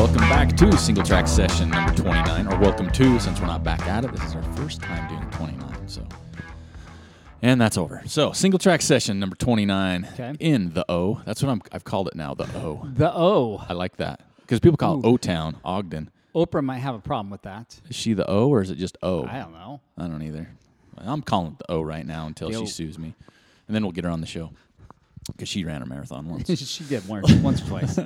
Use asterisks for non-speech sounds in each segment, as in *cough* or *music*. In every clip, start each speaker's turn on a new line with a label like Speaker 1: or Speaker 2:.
Speaker 1: to single track session number 29, or welcome to, since we're not back at it. This is our first time doing 29, so. And that's over. So, single track session number 29
Speaker 2: Okay.
Speaker 1: in the O. That's what I'm, I've called it now, the O.
Speaker 2: The oh, O.
Speaker 1: I like that. Because people call it O Town, Ogden.
Speaker 2: Oprah might have a problem with that.
Speaker 1: Is she the O, or is it just O?
Speaker 2: I don't know. *laughs*
Speaker 1: I don't either. I'm calling it the O right now until
Speaker 2: The
Speaker 1: she
Speaker 2: O.
Speaker 1: sues me. And then we'll get her on the show. Because she ran a marathon once.
Speaker 2: she did once, once or
Speaker 1: *laughs*
Speaker 2: twice.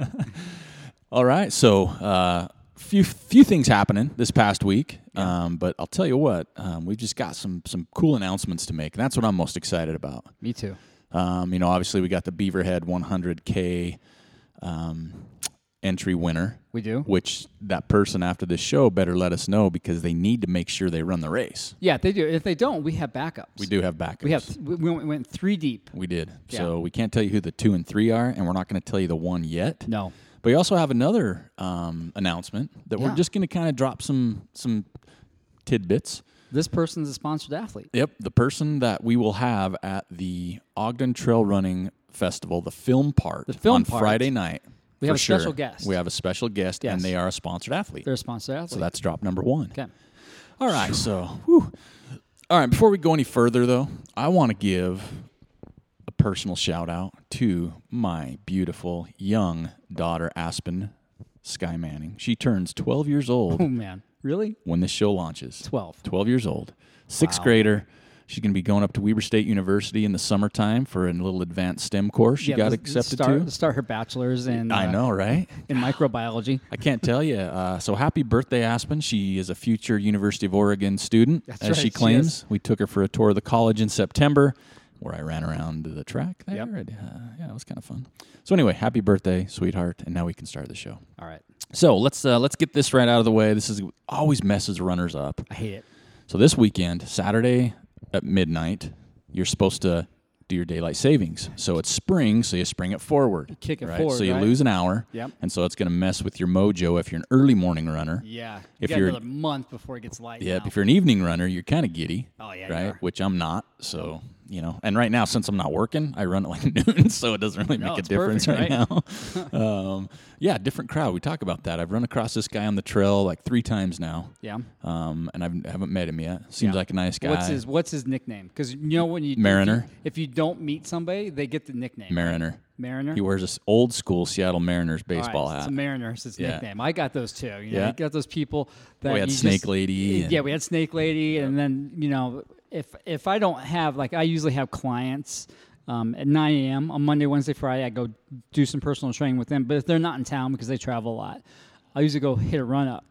Speaker 1: All right, so uh, few few things happening this past week, um, but I'll tell you what, um, we've just got some some cool announcements to make, and that's what I'm most excited about.
Speaker 2: Me too.
Speaker 1: Um, you know, obviously we got the Beaverhead 100K um, entry winner,
Speaker 2: We do.
Speaker 1: which that person after this show better let us know because they need to make sure they run the race.
Speaker 2: Yeah, they do. If they don't, we have backups.
Speaker 1: We do have backups.
Speaker 2: We have. We we went- went three deep.
Speaker 1: We did.
Speaker 2: Yeah.
Speaker 1: So we can't tell you who the two and three are, and we're not going to tell you the one yet.
Speaker 2: No.
Speaker 1: But we also have another um, announcement that we're
Speaker 2: Yeah.
Speaker 1: just going to kind of drop some some tidbits.
Speaker 2: This person's a sponsored athlete.
Speaker 1: Yep, the person that we will have at the Ogden Trail Running Festival, the film part, the
Speaker 2: film
Speaker 1: on
Speaker 2: part.
Speaker 1: Friday night.
Speaker 2: We
Speaker 1: for
Speaker 2: have a
Speaker 1: sure.
Speaker 2: special guest.
Speaker 1: We have a special guest,
Speaker 2: Yes.
Speaker 1: and they are a sponsored athlete.
Speaker 2: They're a sponsored athlete.
Speaker 1: so that's drop number one.
Speaker 2: okay.
Speaker 1: All right, so whew. all right. Before we go any further, though, I want to give a personal shout out to my beautiful young daughter Aspen Sky Manning. She turns 12 years
Speaker 2: Oh *laughs*
Speaker 1: old
Speaker 2: man, really?
Speaker 1: when this show launches.
Speaker 2: 12.
Speaker 1: 12 years old, sixth grader. She's going to be going up to Weber State University in the summertime for a little advanced STEM course. She
Speaker 2: Yeah,
Speaker 1: got
Speaker 2: let's-
Speaker 1: accepted
Speaker 2: start,
Speaker 1: to.
Speaker 2: Start her bachelor's in.
Speaker 1: I
Speaker 2: uh,
Speaker 1: know, right?
Speaker 2: In microbiology.
Speaker 1: I can't tell you. Uh, so happy birthday, Aspen. She is a future University of Oregon student,
Speaker 2: That's
Speaker 1: as
Speaker 2: right,
Speaker 1: she
Speaker 2: she
Speaker 1: claims.
Speaker 2: is.
Speaker 1: we took her for a tour of the college in September, where I ran around the track there.
Speaker 2: Yep.
Speaker 1: And, uh, yeah, it was kind of fun. So anyway, happy birthday, sweetheart, and now we can start the show.
Speaker 2: All right.
Speaker 1: So let's uh, let's get this right out of the way. This is always messes runners up.
Speaker 2: I hate it.
Speaker 1: So this weekend, Saturday at midnight, you're supposed to do your daylight savings. So it's spring, so you spring it forward.
Speaker 2: Kick it
Speaker 1: right?
Speaker 2: forward,
Speaker 1: So you
Speaker 2: right?
Speaker 1: lose an hour.
Speaker 2: Yep.
Speaker 1: And so it's going to mess with your mojo if you're an early morning runner.
Speaker 2: Yeah. You
Speaker 1: If
Speaker 2: got
Speaker 1: you're-
Speaker 2: another month before it gets light.
Speaker 1: Yep.
Speaker 2: now.
Speaker 1: If you're an evening runner, you're kind of giddy.
Speaker 2: Oh, yeah, you
Speaker 1: Right.
Speaker 2: are.
Speaker 1: Which I'm not. So you know. And right now, since I'm not working, I run at like *laughs* noon, so it doesn't really
Speaker 2: No,
Speaker 1: make a
Speaker 2: it's
Speaker 1: difference
Speaker 2: perfect,
Speaker 1: right
Speaker 2: *laughs*
Speaker 1: now. um, yeah, different crowd. We talk about that. I've run across this guy on the trail like three times now.
Speaker 2: Yeah.
Speaker 1: Um, and I've, I haven't met him yet. Seems
Speaker 2: Yeah.
Speaker 1: like a nice guy.
Speaker 2: What's his What's his nickname? Because you know when you
Speaker 1: Mariner.
Speaker 2: If you don't meet somebody, they get the nickname.
Speaker 1: Mariner.
Speaker 2: Mariner.
Speaker 1: He wears this old school Seattle Mariners
Speaker 2: All right,
Speaker 1: baseball
Speaker 2: It's
Speaker 1: hat.
Speaker 2: a Mariner's his
Speaker 1: Yeah.
Speaker 2: nickname. I got those too. You know,
Speaker 1: Yeah.
Speaker 2: you got those people that
Speaker 1: We had
Speaker 2: you
Speaker 1: Snake
Speaker 2: just-
Speaker 1: Lady and-
Speaker 2: Yeah, we had Snake Lady, and then you know, if if I don't have like I usually have clients. Um, at 9 a.m. on Monday, Wednesday, Friday, I go do some personal training with them. But if they're not in town because they travel a lot, I usually go hit a run up.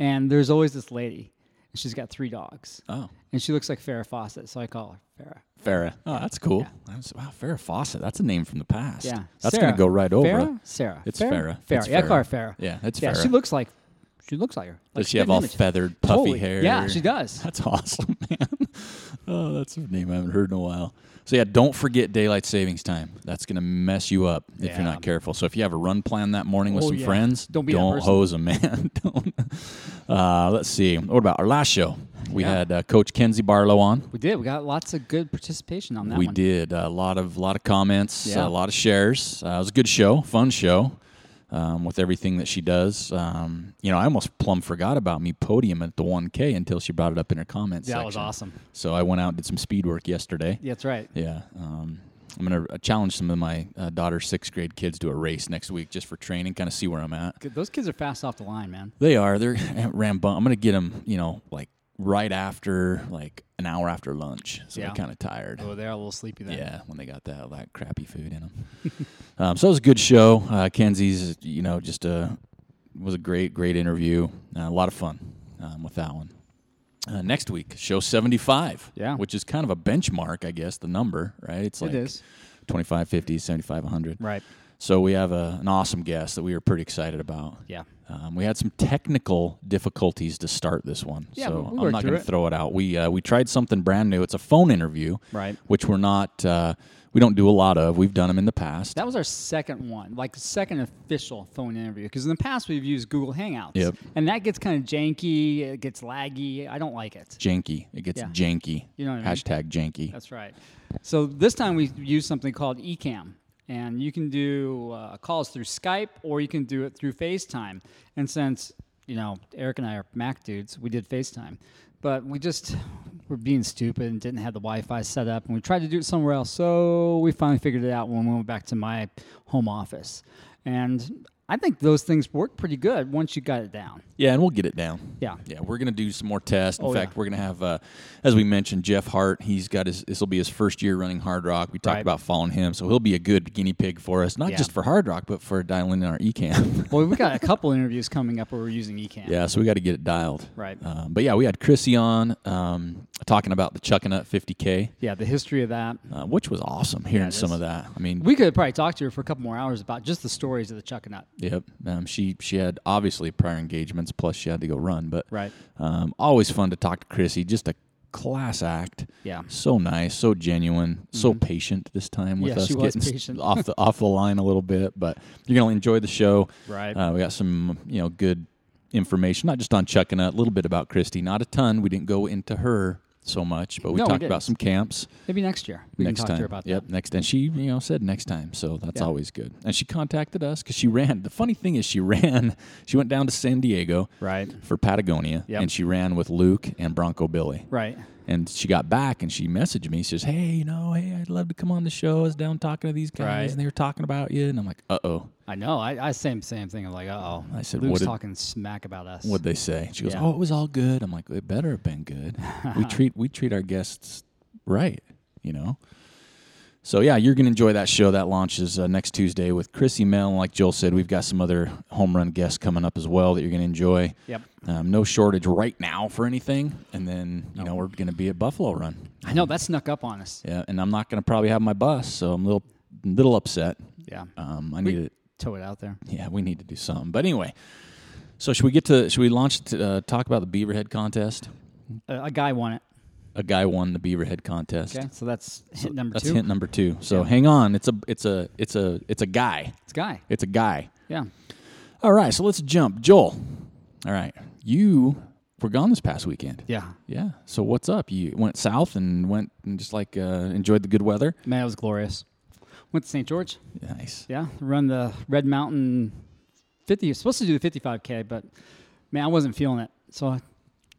Speaker 2: And there's always this lady, and she's got three dogs,
Speaker 1: Oh,
Speaker 2: and she looks like Farrah Fawcett, so I call her Farrah.
Speaker 1: Farrah. Oh, that's cool. That's, wow, Farrah Fawcett. That's a name from the past.
Speaker 2: Yeah,
Speaker 1: That's going to
Speaker 2: Sarah.
Speaker 1: go right over.
Speaker 2: Farrah? Sarah.
Speaker 1: It's Farrah.
Speaker 2: Farrah.
Speaker 1: It's
Speaker 2: Farrah. Yeah, I call her
Speaker 1: Farrah.
Speaker 2: Farrah.
Speaker 1: Yeah, it's
Speaker 2: yeah. She
Speaker 1: Farrah.
Speaker 2: looks like she looks like her. Like,
Speaker 1: Does she
Speaker 2: good
Speaker 1: have all
Speaker 2: image.
Speaker 1: feathered, puffy
Speaker 2: Totally.
Speaker 1: hair? *laughs*
Speaker 2: Yeah, she does.
Speaker 1: That's awesome, *laughs* man. Oh, that's a name I haven't heard in a while. So yeah, don't forget daylight savings time. That's gonna mess you up if you're
Speaker 2: Yeah.
Speaker 1: not careful. So if you have a run plan that morning with
Speaker 2: Oh,
Speaker 1: some
Speaker 2: yeah.
Speaker 1: friends,
Speaker 2: Don't be that
Speaker 1: don't
Speaker 2: person.
Speaker 1: hose them, *laughs* man. don't. Uh, let's see. What about our last show? We
Speaker 2: Yeah.
Speaker 1: had uh, Coach Kenzie Barlow on.
Speaker 2: We did. We got lots of good participation on that
Speaker 1: we
Speaker 2: one.
Speaker 1: did a lot of lot of comments, a
Speaker 2: Yeah.
Speaker 1: lot of shares. Uh, it was a good show, fun show, um, with everything that she does. Um, you know, I almost plumb forgot about me podium at the 1K until she brought it up in her comments.
Speaker 2: Yeah, that was
Speaker 1: section.
Speaker 2: awesome.
Speaker 1: So I went out and did some speed work yesterday.
Speaker 2: Yeah, that's right.
Speaker 1: Yeah. Um, I'm gonna uh, challenge some of my uh, daughter's sixth grade kids to a race next week just for training, kind of see where I'm at.
Speaker 2: Good. Those kids are fast off the line, man.
Speaker 1: They are. They're *laughs* rambun. I'm gonna get them. You know, like right after, like an hour after lunch. So
Speaker 2: Yeah.
Speaker 1: they're kind of tired.
Speaker 2: Oh, they're a little sleepy then.
Speaker 1: Yeah, when they got that that crappy food in them.
Speaker 2: *laughs*
Speaker 1: um, so it was a good show. Uh, Kenzie's, you know, just a was a great great interview. Uh, a lot of fun um, with that one. Uh, next week, show seventy five.
Speaker 2: Yeah.
Speaker 1: which is kind of a benchmark, I guess. The number, right? It's like
Speaker 2: It is.
Speaker 1: 25, 50, 75, 100.
Speaker 2: Right.
Speaker 1: So we have a, an awesome guest that we were pretty excited about.
Speaker 2: Yeah.
Speaker 1: Um, we had some technical difficulties to start this one,
Speaker 2: Yeah,
Speaker 1: so
Speaker 2: but we
Speaker 1: I'm
Speaker 2: worked
Speaker 1: not
Speaker 2: through
Speaker 1: going to
Speaker 2: it.
Speaker 1: throw it out. We uh, we tried something brand new. It's a phone interview,
Speaker 2: Right.
Speaker 1: Which we're not uh, we don't do a lot of. We've done them in the past.
Speaker 2: That was our second one, like second official phone interview. Because in the past we've used Google Hangouts,
Speaker 1: Yep.
Speaker 2: and that gets kind of janky. It gets laggy. I don't like it.
Speaker 1: janky. It gets
Speaker 2: Yeah.
Speaker 1: janky.
Speaker 2: You know what I mean?
Speaker 1: Hashtag janky.
Speaker 2: That's right. So this time we use something called E eCam, and you can do uh, calls through Skype or you can do it through FaceTime. And since you know, Eric and I are Mac dudes. We did FaceTime, but we just were being stupid and didn't have the Wi-Fi set up, and we tried to do it somewhere else. So we finally figured it out when we went back to my home office, and I think those things work pretty good once you got it down.
Speaker 1: Yeah, and we'll get it down.
Speaker 2: Yeah.
Speaker 1: Yeah, we're gonna do some more tests. In
Speaker 2: Oh,
Speaker 1: fact,
Speaker 2: yeah.
Speaker 1: we're gonna have, uh, as we mentioned, Jeff Hart. He's got his. This will be his first year running Hard Rock. We talked
Speaker 2: Right.
Speaker 1: about following him, so he'll be a good guinea pig for us, not
Speaker 2: Yeah.
Speaker 1: just for Hard Rock, but for dialing in our eCam. *laughs*
Speaker 2: Well, we got a couple *laughs* interviews coming up where we're using E eCam.
Speaker 1: yeah, so we got to get it dialed.
Speaker 2: Right.
Speaker 1: Um, but yeah, we had Chrissy on um, talking about the Chucking Up 50K,
Speaker 2: Yeah, the history of that.
Speaker 1: uh, which was awesome. Hearing
Speaker 2: it
Speaker 1: some
Speaker 2: is.
Speaker 1: of that. I mean,
Speaker 2: We could probably talk to her for a couple more hours about just the stories of the Chuck and Nut.
Speaker 1: Yep. Um, she she had obviously prior engagements, plus she had to go run. But
Speaker 2: Right.
Speaker 1: um, always fun to talk to Chrissy. Just a class act.
Speaker 2: Yeah.
Speaker 1: So nice, so genuine, so patient this time with
Speaker 2: Mm-hmm. Yeah,
Speaker 1: us
Speaker 2: she was
Speaker 1: getting s-
Speaker 2: patient.
Speaker 1: off the off the line a little bit. But you're gonna enjoy the show.
Speaker 2: Right.
Speaker 1: Uh, we got some you know good information, not just on chucking a little bit about Christy, not a ton. We didn't go into her so much, but we
Speaker 2: No, we
Speaker 1: talked about
Speaker 2: didn't.
Speaker 1: some camps
Speaker 2: Maybe next year we
Speaker 1: next
Speaker 2: can talk
Speaker 1: time.
Speaker 2: to her about
Speaker 1: yep,
Speaker 2: that.
Speaker 1: next and she you know said next time, so that's
Speaker 2: Yeah.
Speaker 1: always good. And she contacted us because she ran. The funny thing is, she *laughs* ran. She went down to San Diego
Speaker 2: Right.
Speaker 1: for Patagonia,
Speaker 2: Yep.
Speaker 1: and she ran with Luke and Bronco Billy.
Speaker 2: Right.
Speaker 1: And she got back and she messaged me. She says, "Hey, you know, hey, I'd love to come on the show. I was down talking to these guys,
Speaker 2: Right.
Speaker 1: and they were talking about you." And I'm like, "Uh oh."
Speaker 2: I know. I, I same same thing. I'm like, uh oh.
Speaker 1: I said,
Speaker 2: Luke's
Speaker 1: what did-
Speaker 2: talking smack about us.
Speaker 1: What'd they say? She goes,
Speaker 2: Yeah.
Speaker 1: "Oh, it was all good." I'm like, "It better have been good.
Speaker 2: *laughs*
Speaker 1: we treat we treat our guests right, you know." So yeah, you're gonna enjoy that show that launches uh, next Tuesday with Chrissy Mel. And like Joel said, we've got some other home run guests coming up as well that you're gonna enjoy.
Speaker 2: Yep.
Speaker 1: Um, no shortage right now for anything, and then you know we're gonna be at Buffalo Run.
Speaker 2: I know that snuck up on us.
Speaker 1: Yeah, and I'm not gonna probably have my bus, so I'm a little little upset.
Speaker 2: Yeah.
Speaker 1: Um, I need it.
Speaker 2: Tow it out there.
Speaker 1: Yeah, we need to do something. But anyway, so should we get to should we launch to, uh, talk about the Beaverhead contest?
Speaker 2: A, a guy won it.
Speaker 1: A guy won the Beaverhead contest.
Speaker 2: Okay. So that's hit number
Speaker 1: That's
Speaker 2: two.
Speaker 1: hint number two. So hang on, it's a it's a it's a it's a guy.
Speaker 2: It's guy.
Speaker 1: It's a guy.
Speaker 2: Yeah.
Speaker 1: All right, so let's jump, Joel. All right, you were gone this past weekend.
Speaker 2: Yeah.
Speaker 1: Yeah. So what's up? You went south and went and just like uh, enjoyed the good weather.
Speaker 2: Man, it was glorious. Went to St. George.
Speaker 1: Nice.
Speaker 2: Yeah, run the Red Mountain 50. Supposed to do the 55K, but man, I wasn't feeling it. So I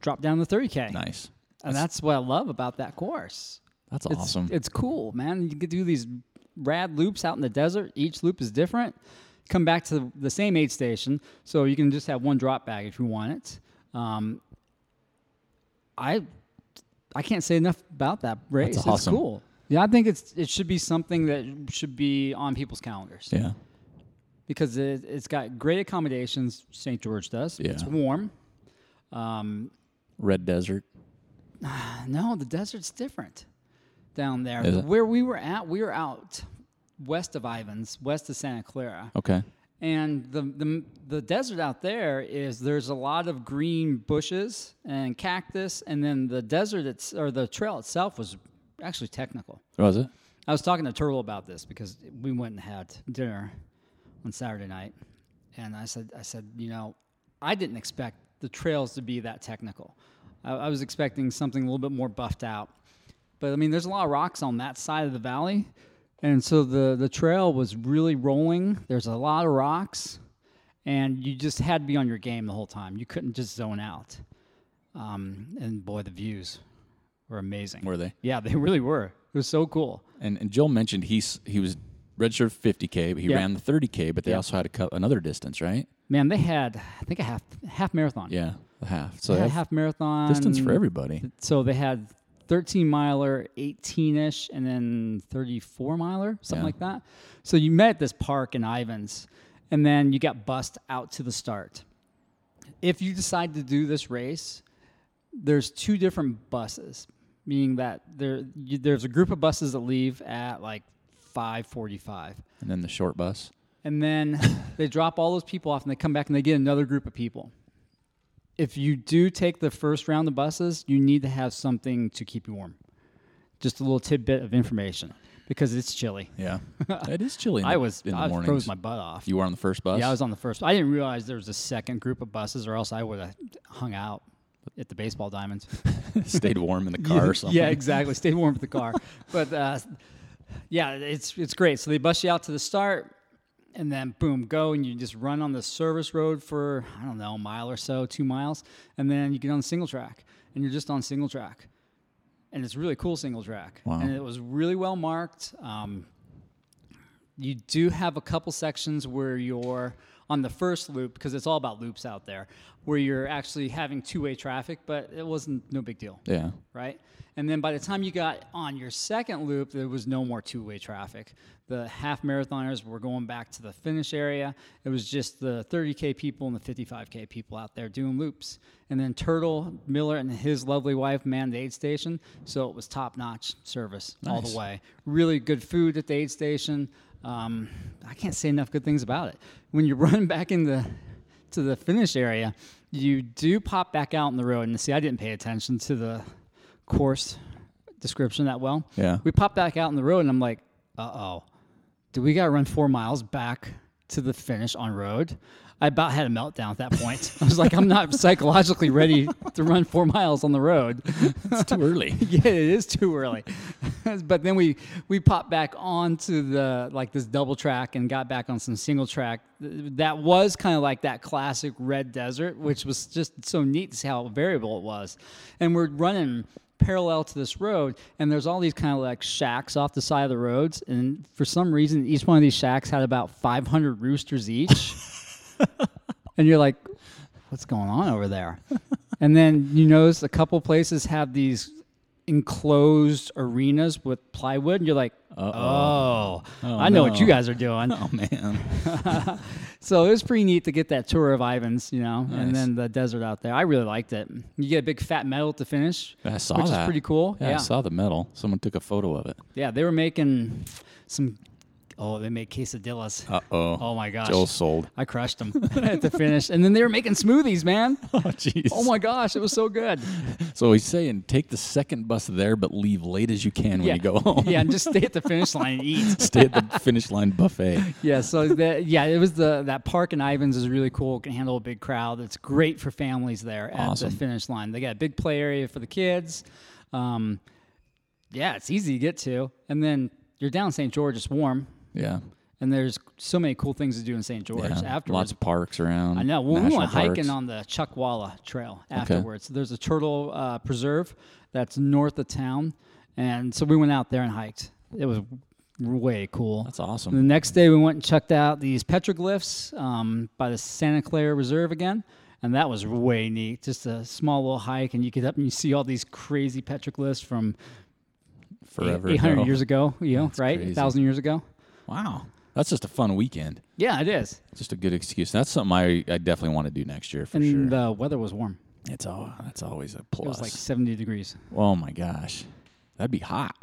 Speaker 2: dropped down to 30K.
Speaker 1: Nice.
Speaker 2: And that's what I love about that course.
Speaker 1: That's
Speaker 2: It's,
Speaker 1: awesome.
Speaker 2: It's cool, man. You could do these rad loops out in the desert. Each loop is different. Come back to the, the same aid station, so you can just have one drop bag if you want it. Um, I I can't say enough about that race. It's
Speaker 1: awesome.
Speaker 2: cool. Yeah, I think it's it should be something that should be on people's calendars
Speaker 1: yeah.
Speaker 2: because it, it's got great accommodations. St. George does.
Speaker 1: Yeah.
Speaker 2: It's warm. Um,
Speaker 1: Red Desert.
Speaker 2: no, the desert's different down there.
Speaker 1: Is it?
Speaker 2: Where we were at, we were out west of Ivans, west of Santa Clara,
Speaker 1: Okay.
Speaker 2: and the the the desert out there is there's a lot of green bushes and cactus, and then the desert it's, or the trail itself was actually technical.
Speaker 1: Was it?
Speaker 2: I was talking to Turtle about this because we went and had dinner on Saturday night, and I said, I said, you know, I didn't expect the trails to be that technical. I, I was expecting something a little bit more buffed out, but I mean, there's a lot of rocks on that side of the valley, and so the the trail was really rolling. There's a lot of rocks, and you just had to be on your game the whole time. You couldn't just zone out. Um, and boy, the views were amazing.
Speaker 1: Were they?
Speaker 2: Yeah, *laughs* they really were. It was so cool.
Speaker 1: And and Joel mentioned he's he was registered 50k, but he
Speaker 2: Yeah.
Speaker 1: ran the 30k. But they
Speaker 2: Yeah.
Speaker 1: also had a cou- another distance, right?
Speaker 2: Man, they had I think a half half marathon.
Speaker 1: Yeah, the half. So
Speaker 2: They had
Speaker 1: they
Speaker 2: a
Speaker 1: have
Speaker 2: half marathon
Speaker 1: distance for everybody.
Speaker 2: So they had 13 miler, 18 ish, and then 34 miler, something
Speaker 1: Yeah.
Speaker 2: like that. So you met at this park in Ivans, and then you got bussed out to the start. If you decide to do this race, there's two different buses, meaning that there you, there's a group of buses that leave at like 5:45.
Speaker 1: And then the short bus.
Speaker 2: And then *laughs* they drop all those people off and they come back and they get another group of people. If you do take the first round of buses, you need to have something to keep you warm. Just a little tidbit of information because it's chilly. *laughs*
Speaker 1: Yeah, it is chilly. In
Speaker 2: I
Speaker 1: the-
Speaker 2: was
Speaker 1: in the
Speaker 2: I
Speaker 1: mornings.
Speaker 2: froze my butt
Speaker 1: *laughs*
Speaker 2: off.
Speaker 1: You were on the first bus.
Speaker 2: Yeah, I was on the first. I didn't realize there was a second group of buses, or else I would have hung out at the baseball diamonds.
Speaker 1: *laughs* stayed warm in
Speaker 2: *laughs*
Speaker 1: the car or something.
Speaker 2: Yeah, exactly. Stay
Speaker 1: *laughs*
Speaker 2: warm with the car. but uh, yeah, it's it's great. So they bus you out to the start, and then boom, go, and you just run on the service road for I don't know a mile or so, two miles, and then you get on single track, and you're just on single track, and it's really cool single track,
Speaker 1: Wow.
Speaker 2: and it was really well marked. Um, you do have a couple sections where you're on the first loop because it's all about loops out there, where you're actually having two-way traffic, but it wasn't no big deal
Speaker 1: Yeah.
Speaker 2: right? And then by the time you got on your second loop, there was no more two way traffic. The half marathoners were going back to the finish area. It was just the 30K people and the 55K people out there doing loops. And then Turtle Miller and his lovely wife manned the aid station. So it was top notch service all
Speaker 1: Nice.
Speaker 2: the way. Really good food at the aid station. Um, I can't say enough good things about it. When you *laughs* run back in the to the finish area, you do pop back out in the road. And see, I didn't pay attention to the course description that well.
Speaker 1: Yeah.
Speaker 2: We pop back out in the road, and I'm like, uh oh, do we got to run four miles back to the finish on road? I about had a meltdown at that point. *laughs* I was like, I'm not psychologically ready to run four miles on the road.
Speaker 1: It's too early.
Speaker 2: *laughs* yeah, it is too early. *laughs* but then we we popped back onto the like this double track and got back on some single track. Th- That was kind of like that classic red desert, which was just so neat to see how variable it was. And we're running parallel to this road and there's all these kind of like shacks off the side of the roads and for some reason each one of these shacks had about 500 roosters each and you're like, what's going on over there? and then you notice a couple places have these enclosed arenas with plywood, and you're like, oh I know what you guys
Speaker 1: *laughs*
Speaker 2: are doing.
Speaker 1: Oh man.
Speaker 2: So it was pretty neat to get that tour of Ivan's, you know, and
Speaker 1: Nice.
Speaker 2: then the desert out there. I really liked it. You get a big fat medal to finish,
Speaker 1: I saw
Speaker 2: which is
Speaker 1: that.
Speaker 2: pretty cool.
Speaker 1: Yeah, I saw the medal. Someone took a photo of it.
Speaker 2: Yeah, they were making some. Oh, they made quesadillas.
Speaker 1: Uh oh.
Speaker 2: oh my gosh.
Speaker 1: Joel sold.
Speaker 2: I crushed them at the finish. And then they were making
Speaker 1: *laughs*
Speaker 2: smoothies, man.
Speaker 1: Oh jeez.
Speaker 2: *laughs* Oh my gosh, it was so good.
Speaker 1: So he's saying take the second bus there, but leave late as you can when you
Speaker 2: *laughs*
Speaker 1: go home.
Speaker 2: Yeah, and just stay at the finish line and
Speaker 1: *laughs*
Speaker 2: eat.
Speaker 1: Stay at the finish line buffet.
Speaker 2: *laughs* Yeah, so that yeah, it was the that park in Ivans is really cool. Can handle a big crowd. It's great for families there at
Speaker 1: Awesome.
Speaker 2: the finish line. They got a big play area for the kids. Um, yeah, it's easy to get to, and then you're down St. George. It's warm,
Speaker 1: Yeah.
Speaker 2: and there's so many cool things to do in St. George
Speaker 1: yeah.
Speaker 2: afterwards.
Speaker 1: Lots of parks around.
Speaker 2: I know. Well, we
Speaker 1: national
Speaker 2: went
Speaker 1: parks.
Speaker 2: hiking on the Chuckwalla Trail afterwards. There's a turtle uh, preserve that's north of town, and so we went out there and hiked. It was way cool.
Speaker 1: That's awesome.
Speaker 2: The next day, we went and checked out these petroglyphs um, by the Santa Clara Reserve again, and that was way neat. Just a small little hike, and you get up and you see all these crazy petroglyphs from
Speaker 1: Forever.
Speaker 2: 800
Speaker 1: ago.
Speaker 2: e-, years ago, you know, right?
Speaker 1: crazy.
Speaker 2: 1,000 years ago.
Speaker 1: Wow. That's just a fun weekend.
Speaker 2: Yeah, it is.
Speaker 1: Just a good excuse. That's something I, I definitely want to do next year for
Speaker 2: And
Speaker 1: sure.
Speaker 2: the weather was warm.
Speaker 1: it's all that's always a
Speaker 2: It was
Speaker 1: plus.
Speaker 2: like 70 degrees.
Speaker 1: oh my gosh. That'd be hot.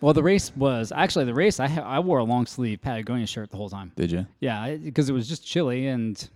Speaker 2: Well, the race was actually the race. I ha- I wore a long sleeve Patagonia shirt the whole time.
Speaker 1: Did you?
Speaker 2: Yeah, because it was just chilly and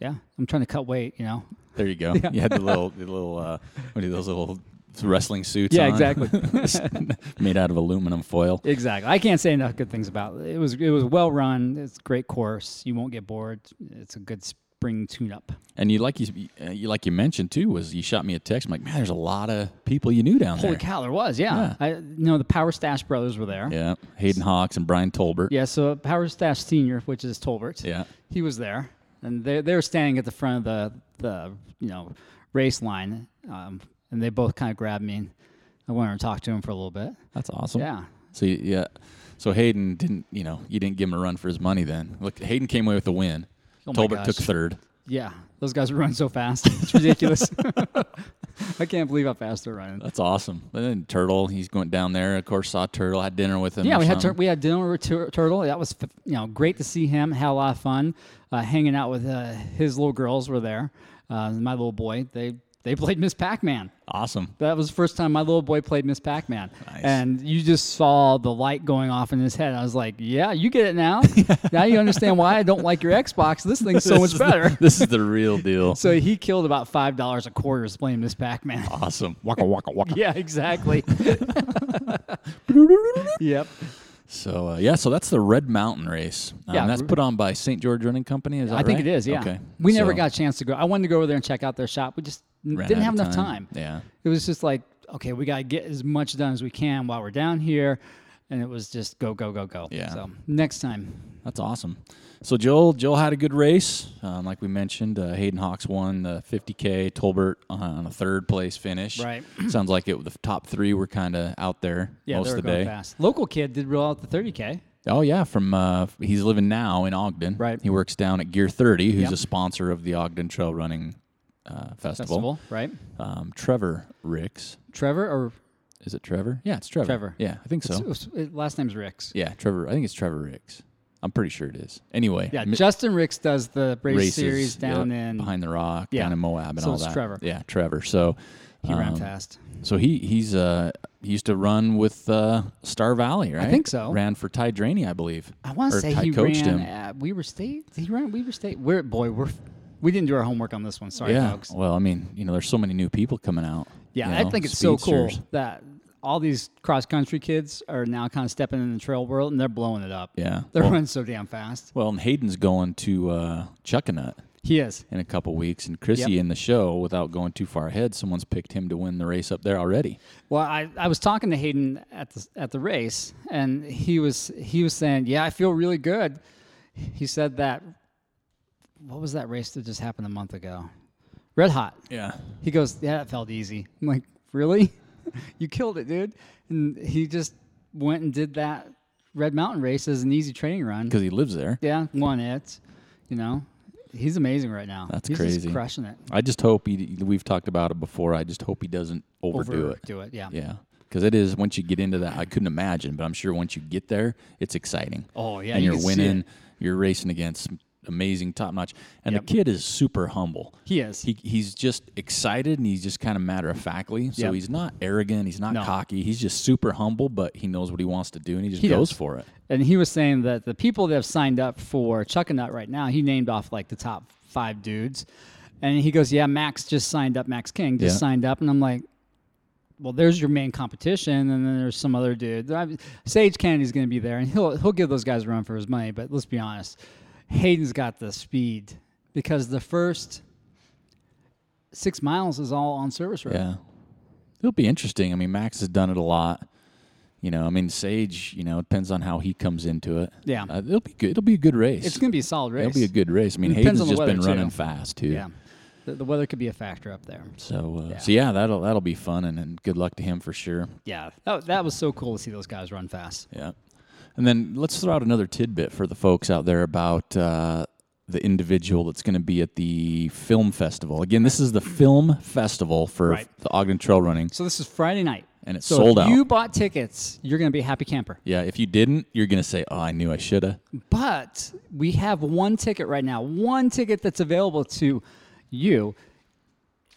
Speaker 2: yeah, I'm trying to cut weight. You know.
Speaker 1: There you
Speaker 2: *laughs*
Speaker 1: go. You had the little the little uh what are those little wrestling suits
Speaker 2: Yeah,
Speaker 1: on?
Speaker 2: exactly.
Speaker 1: *laughs* made out of aluminum foil.
Speaker 2: Exactly. I can't say enough good things about it. It was it was well run. It's a great course. You won't get bored. It's a good spring tune up.
Speaker 1: And you like you, uh, you like you mentioned too was you shot me a text I'm like man there's a lot of people you knew down
Speaker 2: Holy
Speaker 1: there.
Speaker 2: cow, there was yeah. I you know the Power Stash brothers were there.
Speaker 1: Yeah. Hayden Hawks and Brian Tolbert.
Speaker 2: Yeah, so Power Stash Senior, which is Tolbert.
Speaker 1: Yeah.
Speaker 2: He was there, and they they were standing at the front of the the you know race line, um, and they both kind of grabbed me. and I went over and talked to him for a little bit.
Speaker 1: That's awesome.
Speaker 2: Yeah.
Speaker 1: So you- yeah. So Hayden didn't, you know, you didn't give him a run for his money then. Look, Hayden came away with the win.
Speaker 2: Oh my
Speaker 1: Tolbert
Speaker 2: gosh.
Speaker 1: took third.
Speaker 2: Yeah, those guys were running so fast. It's ridiculous. *laughs* I can't believe how fast they're running.
Speaker 1: That's awesome. And then Turtle, he's going down there. Of course, saw Turtle. Had dinner with him.
Speaker 2: Yeah,
Speaker 1: or
Speaker 2: we had tur-
Speaker 1: something.
Speaker 2: we had dinner with Tur- Turtle. That was f- you know great to see him. Had a lot of fun uh, hanging out with uh, his little girls. Were there? Uh, my little boy. They they *laughs* played Miss Pac Man. *laughs*
Speaker 1: awesome.
Speaker 2: That was the first time my little boy played Miss Pac Man.
Speaker 1: Nice.
Speaker 2: And you just saw the light going off in his head. I was like, yeah, you get
Speaker 1: *laughs*
Speaker 2: it now. now you understand why I don't like your Xbox. This thing's so
Speaker 1: This
Speaker 2: much
Speaker 1: is
Speaker 2: better.
Speaker 1: The, *laughs* this is the real
Speaker 2: *laughs*
Speaker 1: deal.
Speaker 2: so he killed about five dollars a quarter just playing Miss Pac Man.
Speaker 1: awesome. Waka waka waka.
Speaker 2: *laughs* yeah,
Speaker 1: *laughs*
Speaker 2: exactly. *laughs* yep.
Speaker 1: So uh, yeah, so that's the Red Mountain Race. Um,
Speaker 2: Yeah.
Speaker 1: that's put on by St. George Running Company. Is that
Speaker 2: I think
Speaker 1: right?
Speaker 2: it is. Yeah.
Speaker 1: Okay.
Speaker 2: We never
Speaker 1: So,
Speaker 2: got a chance to go. I wanted to go over there and check out their shop. We just n-
Speaker 1: ran
Speaker 2: didn't
Speaker 1: out
Speaker 2: have
Speaker 1: of
Speaker 2: enough time.
Speaker 1: Yeah.
Speaker 2: It was just like, okay, we got to get as much done as we can while we're down here. and it was just go go go go.
Speaker 1: Yeah.
Speaker 2: So next time,
Speaker 1: That's awesome. So Joel, Joel had a good race. Um, like we mentioned, uh, Hayden Hawks won the 50k. Tolbert on a third place finish.
Speaker 2: Right.
Speaker 1: *clears throat* Sounds like it. The top three were kind of out there
Speaker 2: yeah,
Speaker 1: most
Speaker 2: they
Speaker 1: of
Speaker 2: were
Speaker 1: the day.
Speaker 2: going fast. Local kid did roll out the 30k.
Speaker 1: Oh yeah, from uh, he's living now in Ogden.
Speaker 2: Right.
Speaker 1: He works down at Gear 30, who's
Speaker 2: Yep.
Speaker 1: a sponsor of the Ogden Trail Running uh, Festival.
Speaker 2: Festival, right?
Speaker 1: Um, Trevor Ricks,
Speaker 2: Trevor or
Speaker 1: is it Trevor? Yeah, it's Trevor.
Speaker 2: Trevor.
Speaker 1: Yeah, I think so.
Speaker 2: it was- it- last name's Ricks.
Speaker 1: yeah, Trevor. I think it's Trevor Ricks. I'm pretty sure it is. Anyway,
Speaker 2: Yeah,
Speaker 1: mi-
Speaker 2: Justin Ricks does the race
Speaker 1: races,
Speaker 2: series down
Speaker 1: yep,
Speaker 2: in.
Speaker 1: behind the rock,
Speaker 2: Yeah.
Speaker 1: down in Moab, and
Speaker 2: So
Speaker 1: all
Speaker 2: it's
Speaker 1: that.
Speaker 2: Trevor.
Speaker 1: Yeah, Trevor. So
Speaker 2: he ran
Speaker 1: um,
Speaker 2: fast.
Speaker 1: So he he's uh he used to run with uh, Star Valley, right?
Speaker 2: think so.
Speaker 1: Ran for Ty Draney, I believe.
Speaker 2: I want
Speaker 1: or
Speaker 2: to say
Speaker 1: Ty
Speaker 2: he
Speaker 1: coached
Speaker 2: ran
Speaker 1: him.
Speaker 2: at Weaver State. He ran at Weaver State. We're boy. We're we didn't do our homework on this one. Sorry,
Speaker 1: yeah.
Speaker 2: folks.
Speaker 1: Well, I mean, you know, there's so many new people coming out.
Speaker 2: Yeah,
Speaker 1: you
Speaker 2: I
Speaker 1: know,
Speaker 2: think it's so cool
Speaker 1: speedsters.
Speaker 2: that all these cross country kids are now kind of stepping in the trail world and they're blowing it up.
Speaker 1: Yeah.
Speaker 2: They're
Speaker 1: Well,
Speaker 2: running so damn fast.
Speaker 1: well, and Hayden's going to uh, Chuckanut
Speaker 2: He is.
Speaker 1: in a couple weeks, and Chrissy
Speaker 2: Yep.
Speaker 1: in the show. Without going too far ahead, someone's picked him to win the race up there already.
Speaker 2: Well, I, I was talking to Hayden at the at the race and he was he was saying, "Yeah, I feel really good." He said that what was that race that just happened a month ago? Red Hot.
Speaker 1: Yeah.
Speaker 2: He goes, "Yeah, that felt easy." I'm like, "Really? *laughs* you killed it, dude." And he just went and did that Red Mountain race as an easy training run.
Speaker 1: Because he lives there.
Speaker 2: Yeah, won it. You know, he's amazing right now.
Speaker 1: That's
Speaker 2: he's
Speaker 1: crazy.
Speaker 2: Just crushing it.
Speaker 1: I just hope he. We've talked about it before. I just hope he doesn't overdo it.
Speaker 2: Do it. Yeah.
Speaker 1: Yeah, because it is once you get into that. I couldn't imagine, but I'm sure once you get there, it's exciting.
Speaker 2: Oh, yeah,
Speaker 1: and
Speaker 2: you
Speaker 1: are
Speaker 2: can see
Speaker 1: winning.
Speaker 2: it.
Speaker 1: You're racing against amazing, top notch, and
Speaker 2: Yep.
Speaker 1: the kid is super humble.
Speaker 2: He is.
Speaker 1: He, he's just excited and he's just kind of matter of factly. So
Speaker 2: Yep.
Speaker 1: he's not arrogant. He's not
Speaker 2: No.
Speaker 1: cocky. He's just super humble, but he knows what he wants to do and he just
Speaker 2: He
Speaker 1: goes
Speaker 2: does.
Speaker 1: for it.
Speaker 2: and he was saying that the people that have signed up for Chuck a Nut right now, he named off like the top five dudes. And he goes, Yeah, Max just signed up. Max King just
Speaker 1: Yeah.
Speaker 2: signed up. And I'm like, Well, there's your main competition. And then there's some other dude. I- Sage Kennedy's going to be there. And he'll, he'll give those guys a run for his money. But let's be honest, Hayden's got the speed because the first six miles is all on service road.
Speaker 1: Yeah. It'll be interesting. I mean, Max has done it a lot. You know, I mean, Sage, you know, it depends on how he comes into it.
Speaker 2: Yeah.
Speaker 1: Uh, it'll be good. It'll be a good race.
Speaker 2: It's going to be a solid race.
Speaker 1: It'll be a good race. I mean,
Speaker 2: It
Speaker 1: Hayden's
Speaker 2: depends on the
Speaker 1: just been
Speaker 2: weather, too.
Speaker 1: running fast too.
Speaker 2: Yeah. The, the weather could be a factor up there.
Speaker 1: So, uh,
Speaker 2: Yeah.
Speaker 1: so yeah, that'll that'll be fun, and, and good luck to him for sure.
Speaker 2: Yeah. That, that was so cool to see those guys run fast.
Speaker 1: Yeah. And then let's throw out another tidbit for the folks out there about uh, the individual that's going to be at the film festival. Again, this is the film festival for
Speaker 2: Right.
Speaker 1: the Ogden Trail Running.
Speaker 2: So this is Friday night.
Speaker 1: And it's
Speaker 2: so
Speaker 1: sold
Speaker 2: if
Speaker 1: out.
Speaker 2: You bought tickets, you're going to be a happy camper.
Speaker 1: Yeah, if you didn't, you're going to say, "Oh, I knew I shoulda."
Speaker 2: But we have one ticket right now, one ticket that's available to you.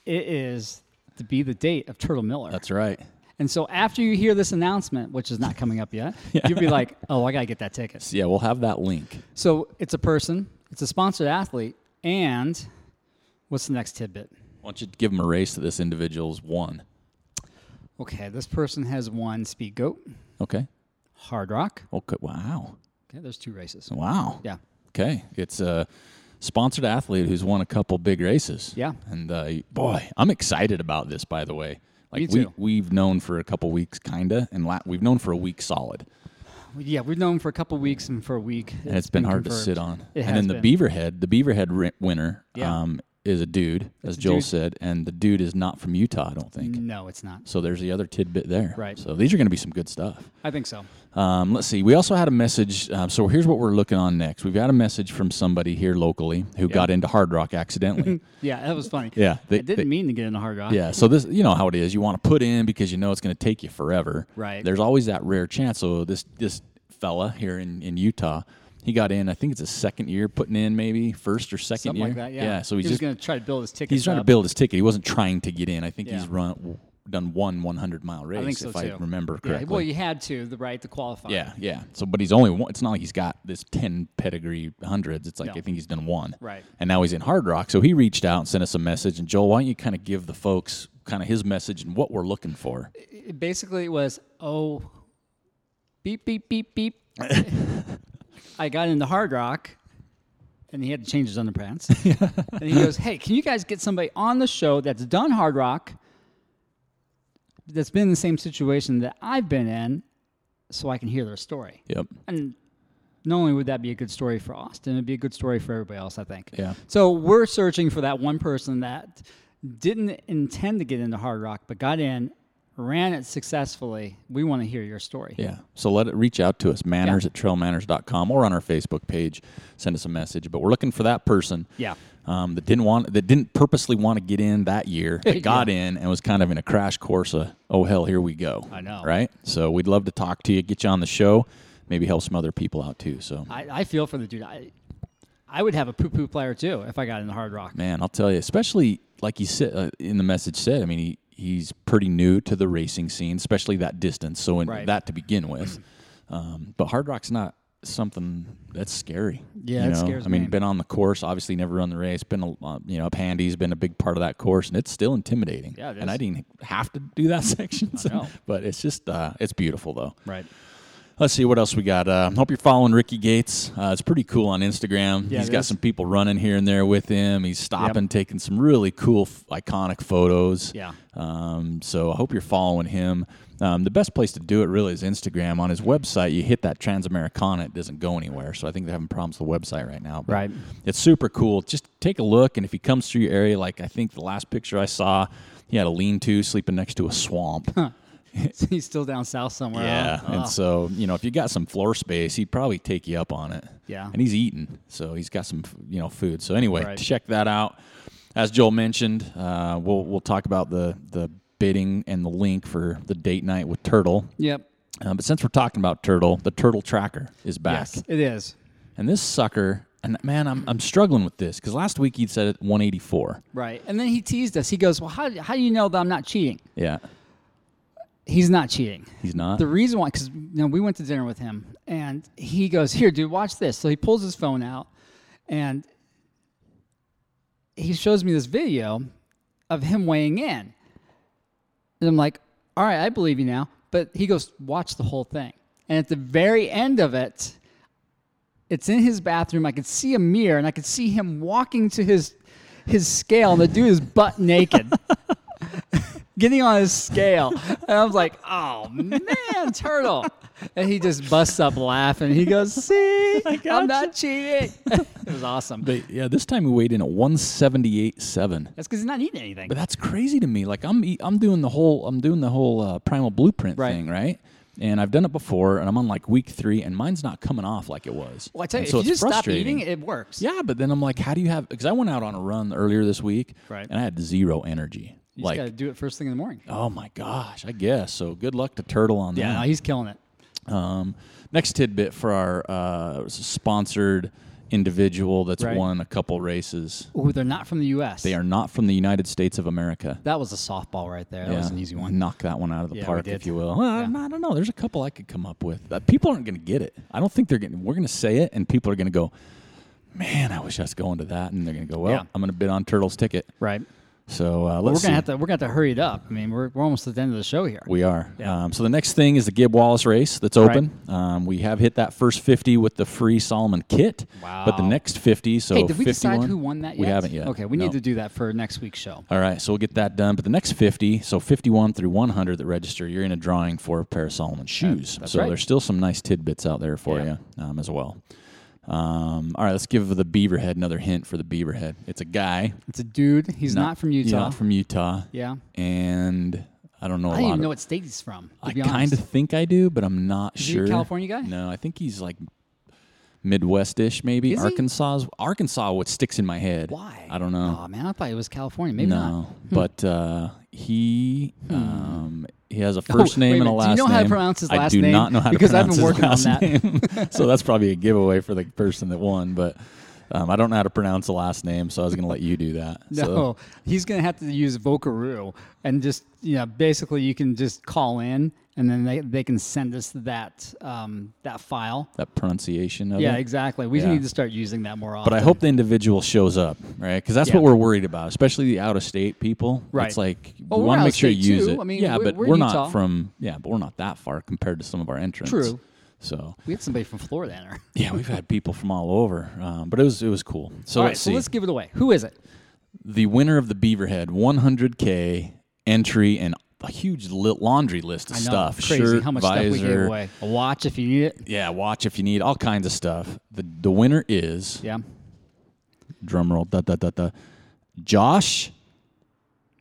Speaker 2: It is to be the date of Turtle Miller.
Speaker 1: That's right.
Speaker 2: and so after you hear this announcement, which is not coming
Speaker 1: *laughs*
Speaker 2: up yet, you'll be like, oh, I got to get that ticket.
Speaker 1: So yeah, we'll have that link.
Speaker 2: So it's a person, it's a sponsored athlete, and what's the next tidbit?
Speaker 1: Why don't you give them a race that this individual's won?
Speaker 2: Okay, this person has won Speed Goat,
Speaker 1: Okay.
Speaker 2: Hard Rock.
Speaker 1: Okay. Wow.
Speaker 2: Okay, there's two races.
Speaker 1: Wow.
Speaker 2: Yeah.
Speaker 1: Okay, it's a sponsored athlete who's won a couple big races.
Speaker 2: Yeah.
Speaker 1: and uh, boy, I'm excited about this. By the way, like
Speaker 2: Me
Speaker 1: we
Speaker 2: too.
Speaker 1: we've known for a couple weeks, kinda, and la- we've known for a week solid,
Speaker 2: Yeah, we've known him for a couple weeks and for a week.
Speaker 1: and it's been, hard to sit on.
Speaker 2: It
Speaker 1: and
Speaker 2: has
Speaker 1: then the
Speaker 2: been.
Speaker 1: Beaverhead, the Beaverhead ri- winner,
Speaker 2: Yeah.
Speaker 1: um, is a dude, as
Speaker 2: a
Speaker 1: Joel
Speaker 2: dude.
Speaker 1: said, and the dude is not from Utah, I don't think.
Speaker 2: No, it's not.
Speaker 1: So there's the other tidbit there.
Speaker 2: Right.
Speaker 1: So these are going to be some good stuff.
Speaker 2: I think so.
Speaker 1: Um, let's see. We also had a message. Um, so here's what we're looking on next. We've got a message from somebody here locally who got into hard rock
Speaker 2: *laughs*
Speaker 1: accidentally.
Speaker 2: Yeah, that was funny.
Speaker 1: Yeah, they-
Speaker 2: I didn't
Speaker 1: they-
Speaker 2: mean to get in a hard rock.
Speaker 1: yeah. So this, you know how it is. You want to put in because you know it's going to take you forever.
Speaker 2: Right.
Speaker 1: There's always that rare chance. So this this fella here in in Utah, he got in. I think it's his second year putting in, maybe first or second
Speaker 2: something
Speaker 1: year.
Speaker 2: like that. Yeah.
Speaker 1: So he's
Speaker 2: he
Speaker 1: just
Speaker 2: was going to try to build his ticket.
Speaker 1: he's trying to build his ticket. He wasn't trying to get in. I think he's
Speaker 2: Yeah.
Speaker 1: run done one 100 mile race.
Speaker 2: I think so
Speaker 1: if
Speaker 2: too.
Speaker 1: I remember
Speaker 2: Yeah,
Speaker 1: correctly.
Speaker 2: well, you had to the right to qualify.
Speaker 1: Yeah, yeah. So, but he's only one. It's not like he's got this ten pedigree hundreds. It's like
Speaker 2: No.
Speaker 1: I think he's done one.
Speaker 2: Right.
Speaker 1: And now he's in Hard Rock. So he reached out and sent us a message. And Joel, why don't you kind of give the folks kind of his message and what we're looking for?
Speaker 2: It basically, it was oh, beep beep beep beep. I got into hard rock, and he had to change his underpants. and he goes, "Hey, can you guys get somebody on the show that's done hard rock, that's been in the same situation that I've been in, so I can hear their story.
Speaker 1: Yep.
Speaker 2: And not only would that be a good story for Austin, it'd be a good story for everybody else, I think.
Speaker 1: Yeah.
Speaker 2: So we're searching for that one person that didn't intend to get into hard rock, but got in, ran it successfully. We want to hear your story.
Speaker 1: Yeah. So let it reach out to us, manners at trailmanners.com or on our Facebook page. Send us a message. But we're looking for that person.
Speaker 2: Yeah.
Speaker 1: Um, that didn't want that didn't purposely want to get in that year. That got in and was kind of in a crash course of oh hell, here we go.
Speaker 2: I know.
Speaker 1: Right? So we'd love to talk to you, get you on the show, maybe help some other people out too. So
Speaker 2: I, I feel for the dude. I, I would have a poo poo player too if I got into hard rock.
Speaker 1: man, I'll tell you, especially like you said uh, in the message said, I mean, he, he's pretty new to the racing scene, especially that distance. So in
Speaker 2: Right.
Speaker 1: that to begin with, um, but hard rock's not something that's scary.
Speaker 2: Yeah,
Speaker 1: you
Speaker 2: it
Speaker 1: know?
Speaker 2: scares
Speaker 1: I mean,
Speaker 2: me.
Speaker 1: been on the course, obviously never run the race. Been a lot- you know, up handy's been a big part of that course, and it's still intimidating.
Speaker 2: Yeah, it
Speaker 1: and I
Speaker 2: is.
Speaker 1: didn't have to do that *laughs* section, so-
Speaker 2: know.
Speaker 1: but it's just uh, it's beautiful though.
Speaker 2: *laughs* Right.
Speaker 1: Let's see what else we got. Uh, hope you're following Ricky Gates. Uh, it's pretty cool on Instagram.
Speaker 2: Yeah,
Speaker 1: He's
Speaker 2: it
Speaker 1: got
Speaker 2: is.
Speaker 1: some people running here and there with him. He's stopping, taking some really cool, f- iconic photos.
Speaker 2: Yeah.
Speaker 1: Um, so I hope you're following him. Um, the best place to do it really is Instagram. On his website, you hit that Transamericana, it doesn't go anywhere. So I think they're having problems with the website right now. But
Speaker 2: Right.
Speaker 1: It's super cool. Just take a look, and if he comes through your area, like I think the last picture I saw, he had a lean-to sleeping next to a
Speaker 2: *laughs*
Speaker 1: swamp.
Speaker 2: He's still down south somewhere.
Speaker 1: Yeah,
Speaker 2: huh?
Speaker 1: and
Speaker 2: Oh,
Speaker 1: so you know, if you got some floor space, he'd probably take you up on it.
Speaker 2: Yeah.
Speaker 1: and he's eating, so he's got some f- you know food. So anyway,
Speaker 2: Right.
Speaker 1: check that out. As Joel mentioned, uh, we'll we'll talk about the the bidding and the link for the date night with Turtle.
Speaker 2: yep.
Speaker 1: Um, but since we're talking about Turtle, the Turtle Tracker is back,
Speaker 2: Yes, it is.
Speaker 1: and this sucker. And man, I'm, I'm struggling with this because last week he'd said it 184.
Speaker 2: Right. And then he teased us. He goes, Well, how, how do you know that I'm not cheating?
Speaker 1: Yeah,
Speaker 2: He's not cheating.
Speaker 1: he's not.
Speaker 2: The reason why, because you know, we went to dinner with him, and he goes, "Here, dude, watch this." So he pulls his phone out, and he shows me this video of him weighing in, and I'm like, "All right, I believe you now." But he goes, "Watch the whole thing," and at the very end of it, it's in his bathroom. I could see a mirror, and I could see him walking to his his scale, and the dude is butt naked *laughs* getting on his scale. And I was like, oh man, turtle. And he just busts up laughing. He goes, see, I'm not cheating. it was awesome.
Speaker 1: but yeah, this time he weighed in at 178.7.
Speaker 2: That's because he's not eating anything.
Speaker 1: But that's crazy to me. Like I'm e- I'm doing the whole I'm doing the whole uh, primal blueprint
Speaker 2: Right.
Speaker 1: thing, right? And I've done it before, and I'm on like week three, and mine's not coming off like it was.
Speaker 2: well, I tell you,
Speaker 1: And so
Speaker 2: if you
Speaker 1: it's
Speaker 2: just stop
Speaker 1: frustrating.
Speaker 2: eating, it works.
Speaker 1: Yeah, but then I'm like, how do you have? Because I went out on a run earlier this week,
Speaker 2: Right.
Speaker 1: and I had zero energy.
Speaker 2: You just
Speaker 1: like,
Speaker 2: got to do it first thing in the morning.
Speaker 1: oh my gosh, I guess. So good luck to Turtle on
Speaker 2: Yeah,
Speaker 1: that.
Speaker 2: no, he's killing it.
Speaker 1: Um, next tidbit for our uh, sponsored individual that's
Speaker 2: Right.
Speaker 1: won a couple races.
Speaker 2: Ooh, they're not from the U.S.
Speaker 1: They are not from the United States of America.
Speaker 2: That was a softball right there. That was
Speaker 1: Yeah.
Speaker 2: an easy one.
Speaker 1: Knock that one out of the
Speaker 2: Yeah, we
Speaker 1: park, if
Speaker 2: did.
Speaker 1: you will. Well, I- I don't know. There's a couple I could come up with. Uh, people aren't going to get it. I don't think they're getting. We're going to say it, and people are going to go, "Man, I wish I was going to that." And they're going to go, "Well,
Speaker 2: Yeah.
Speaker 1: I'm going to bid on Turtle's ticket."
Speaker 2: Right.
Speaker 1: So uh, let's
Speaker 2: We're
Speaker 1: see.
Speaker 2: gonna have to. We're gonna have to hurry it up. I mean, we're, we're almost at the end of the show here.
Speaker 1: We are.
Speaker 2: Yeah.
Speaker 1: Um, so the next thing is the Gib Wallace race that's open. Um, we have hit that first 50 with the free Solomon kit. But the
Speaker 2: Wow.
Speaker 1: next 50, so
Speaker 2: hey, did we decide
Speaker 1: 51
Speaker 2: who won that yet?
Speaker 1: We haven't yet.
Speaker 2: Okay, we
Speaker 1: No.
Speaker 2: need to do that for next week's show.
Speaker 1: All right, so we'll get that done. But the next 50, so 51 through 100 that register, you're in a drawing for a pair of Solomon shoes.
Speaker 2: that's
Speaker 1: so
Speaker 2: right.
Speaker 1: there's still some nice tidbits out there for
Speaker 2: Yeah.
Speaker 1: you um, as well. Um, all right, let's give the Beaverhead another hint for the Beaverhead. It's a guy.
Speaker 2: It's a dude. He's not, from Utah.
Speaker 1: Not from Utah.
Speaker 2: Yeah.
Speaker 1: And I don't know a
Speaker 2: I don't
Speaker 1: lot
Speaker 2: even
Speaker 1: of-
Speaker 2: know what state he's from. To
Speaker 1: I
Speaker 2: be honest.
Speaker 1: kind *laughs* of think I do, but I'm not
Speaker 2: Is he a
Speaker 1: sure.
Speaker 2: California guy?
Speaker 1: No, I think he's like Midwest-ish, maybe
Speaker 2: Is he?
Speaker 1: Arkansas. Arkansas, what sticks in my head?
Speaker 2: Why?
Speaker 1: I don't know.
Speaker 2: Oh man, I thought it was California. Maybe
Speaker 1: no,
Speaker 2: not. Hmm.
Speaker 1: but uh, he um, he has a first name
Speaker 2: Oh, wait a
Speaker 1: and a
Speaker 2: minute.
Speaker 1: last
Speaker 2: Do you
Speaker 1: name.
Speaker 2: know how to pronounce his
Speaker 1: I
Speaker 2: last
Speaker 1: do
Speaker 2: name?
Speaker 1: not know how
Speaker 2: Because
Speaker 1: to
Speaker 2: I've been
Speaker 1: pronounce
Speaker 2: working
Speaker 1: his last
Speaker 2: on that. *laughs*
Speaker 1: name. *laughs* so that's probably a giveaway for the person that won. But um, I don't know how to pronounce the last name, so I was going to let you do
Speaker 2: *laughs*
Speaker 1: that.
Speaker 2: No,
Speaker 1: So,
Speaker 2: he's gonna have to use Vocaroo and just you know, basically you can just call in and then they, they can send us that um, that file.
Speaker 1: that pronunciation of
Speaker 2: Yeah,
Speaker 1: it.
Speaker 2: exactly. We
Speaker 1: Yeah.
Speaker 2: need to start using that more often.
Speaker 1: But I hope the individual shows up, right? Because that's
Speaker 2: Yeah.
Speaker 1: what we're worried about, especially the out of state people.
Speaker 2: Right.
Speaker 1: It's like
Speaker 2: Well,
Speaker 1: we
Speaker 2: we're
Speaker 1: want to
Speaker 2: out
Speaker 1: make
Speaker 2: of
Speaker 1: sure you
Speaker 2: state,
Speaker 1: use
Speaker 2: too.
Speaker 1: it.
Speaker 2: I mean,
Speaker 1: yeah,
Speaker 2: we're-
Speaker 1: but
Speaker 2: we're
Speaker 1: we're not
Speaker 2: Utah.
Speaker 1: from yeah, but we're not that far compared to some of our entrants.
Speaker 2: True.
Speaker 1: So
Speaker 2: we had somebody from Florida in there.
Speaker 1: yeah, we've had people from all over, um, but it was it was cool. So
Speaker 2: All right,
Speaker 1: let's
Speaker 2: so
Speaker 1: see
Speaker 2: let's give it away. Who is it?
Speaker 1: the winner of the Beaverhead 100K entry and a huge li- laundry list of
Speaker 2: I know,
Speaker 1: stuff.
Speaker 2: crazy
Speaker 1: Shirt,
Speaker 2: how much
Speaker 1: visor,
Speaker 2: stuff we gave away. A watch if you need it.
Speaker 1: Yeah, watch if you need all kinds of stuff. The the winner is
Speaker 2: Yeah.
Speaker 1: drum roll. Da da da da. Josh,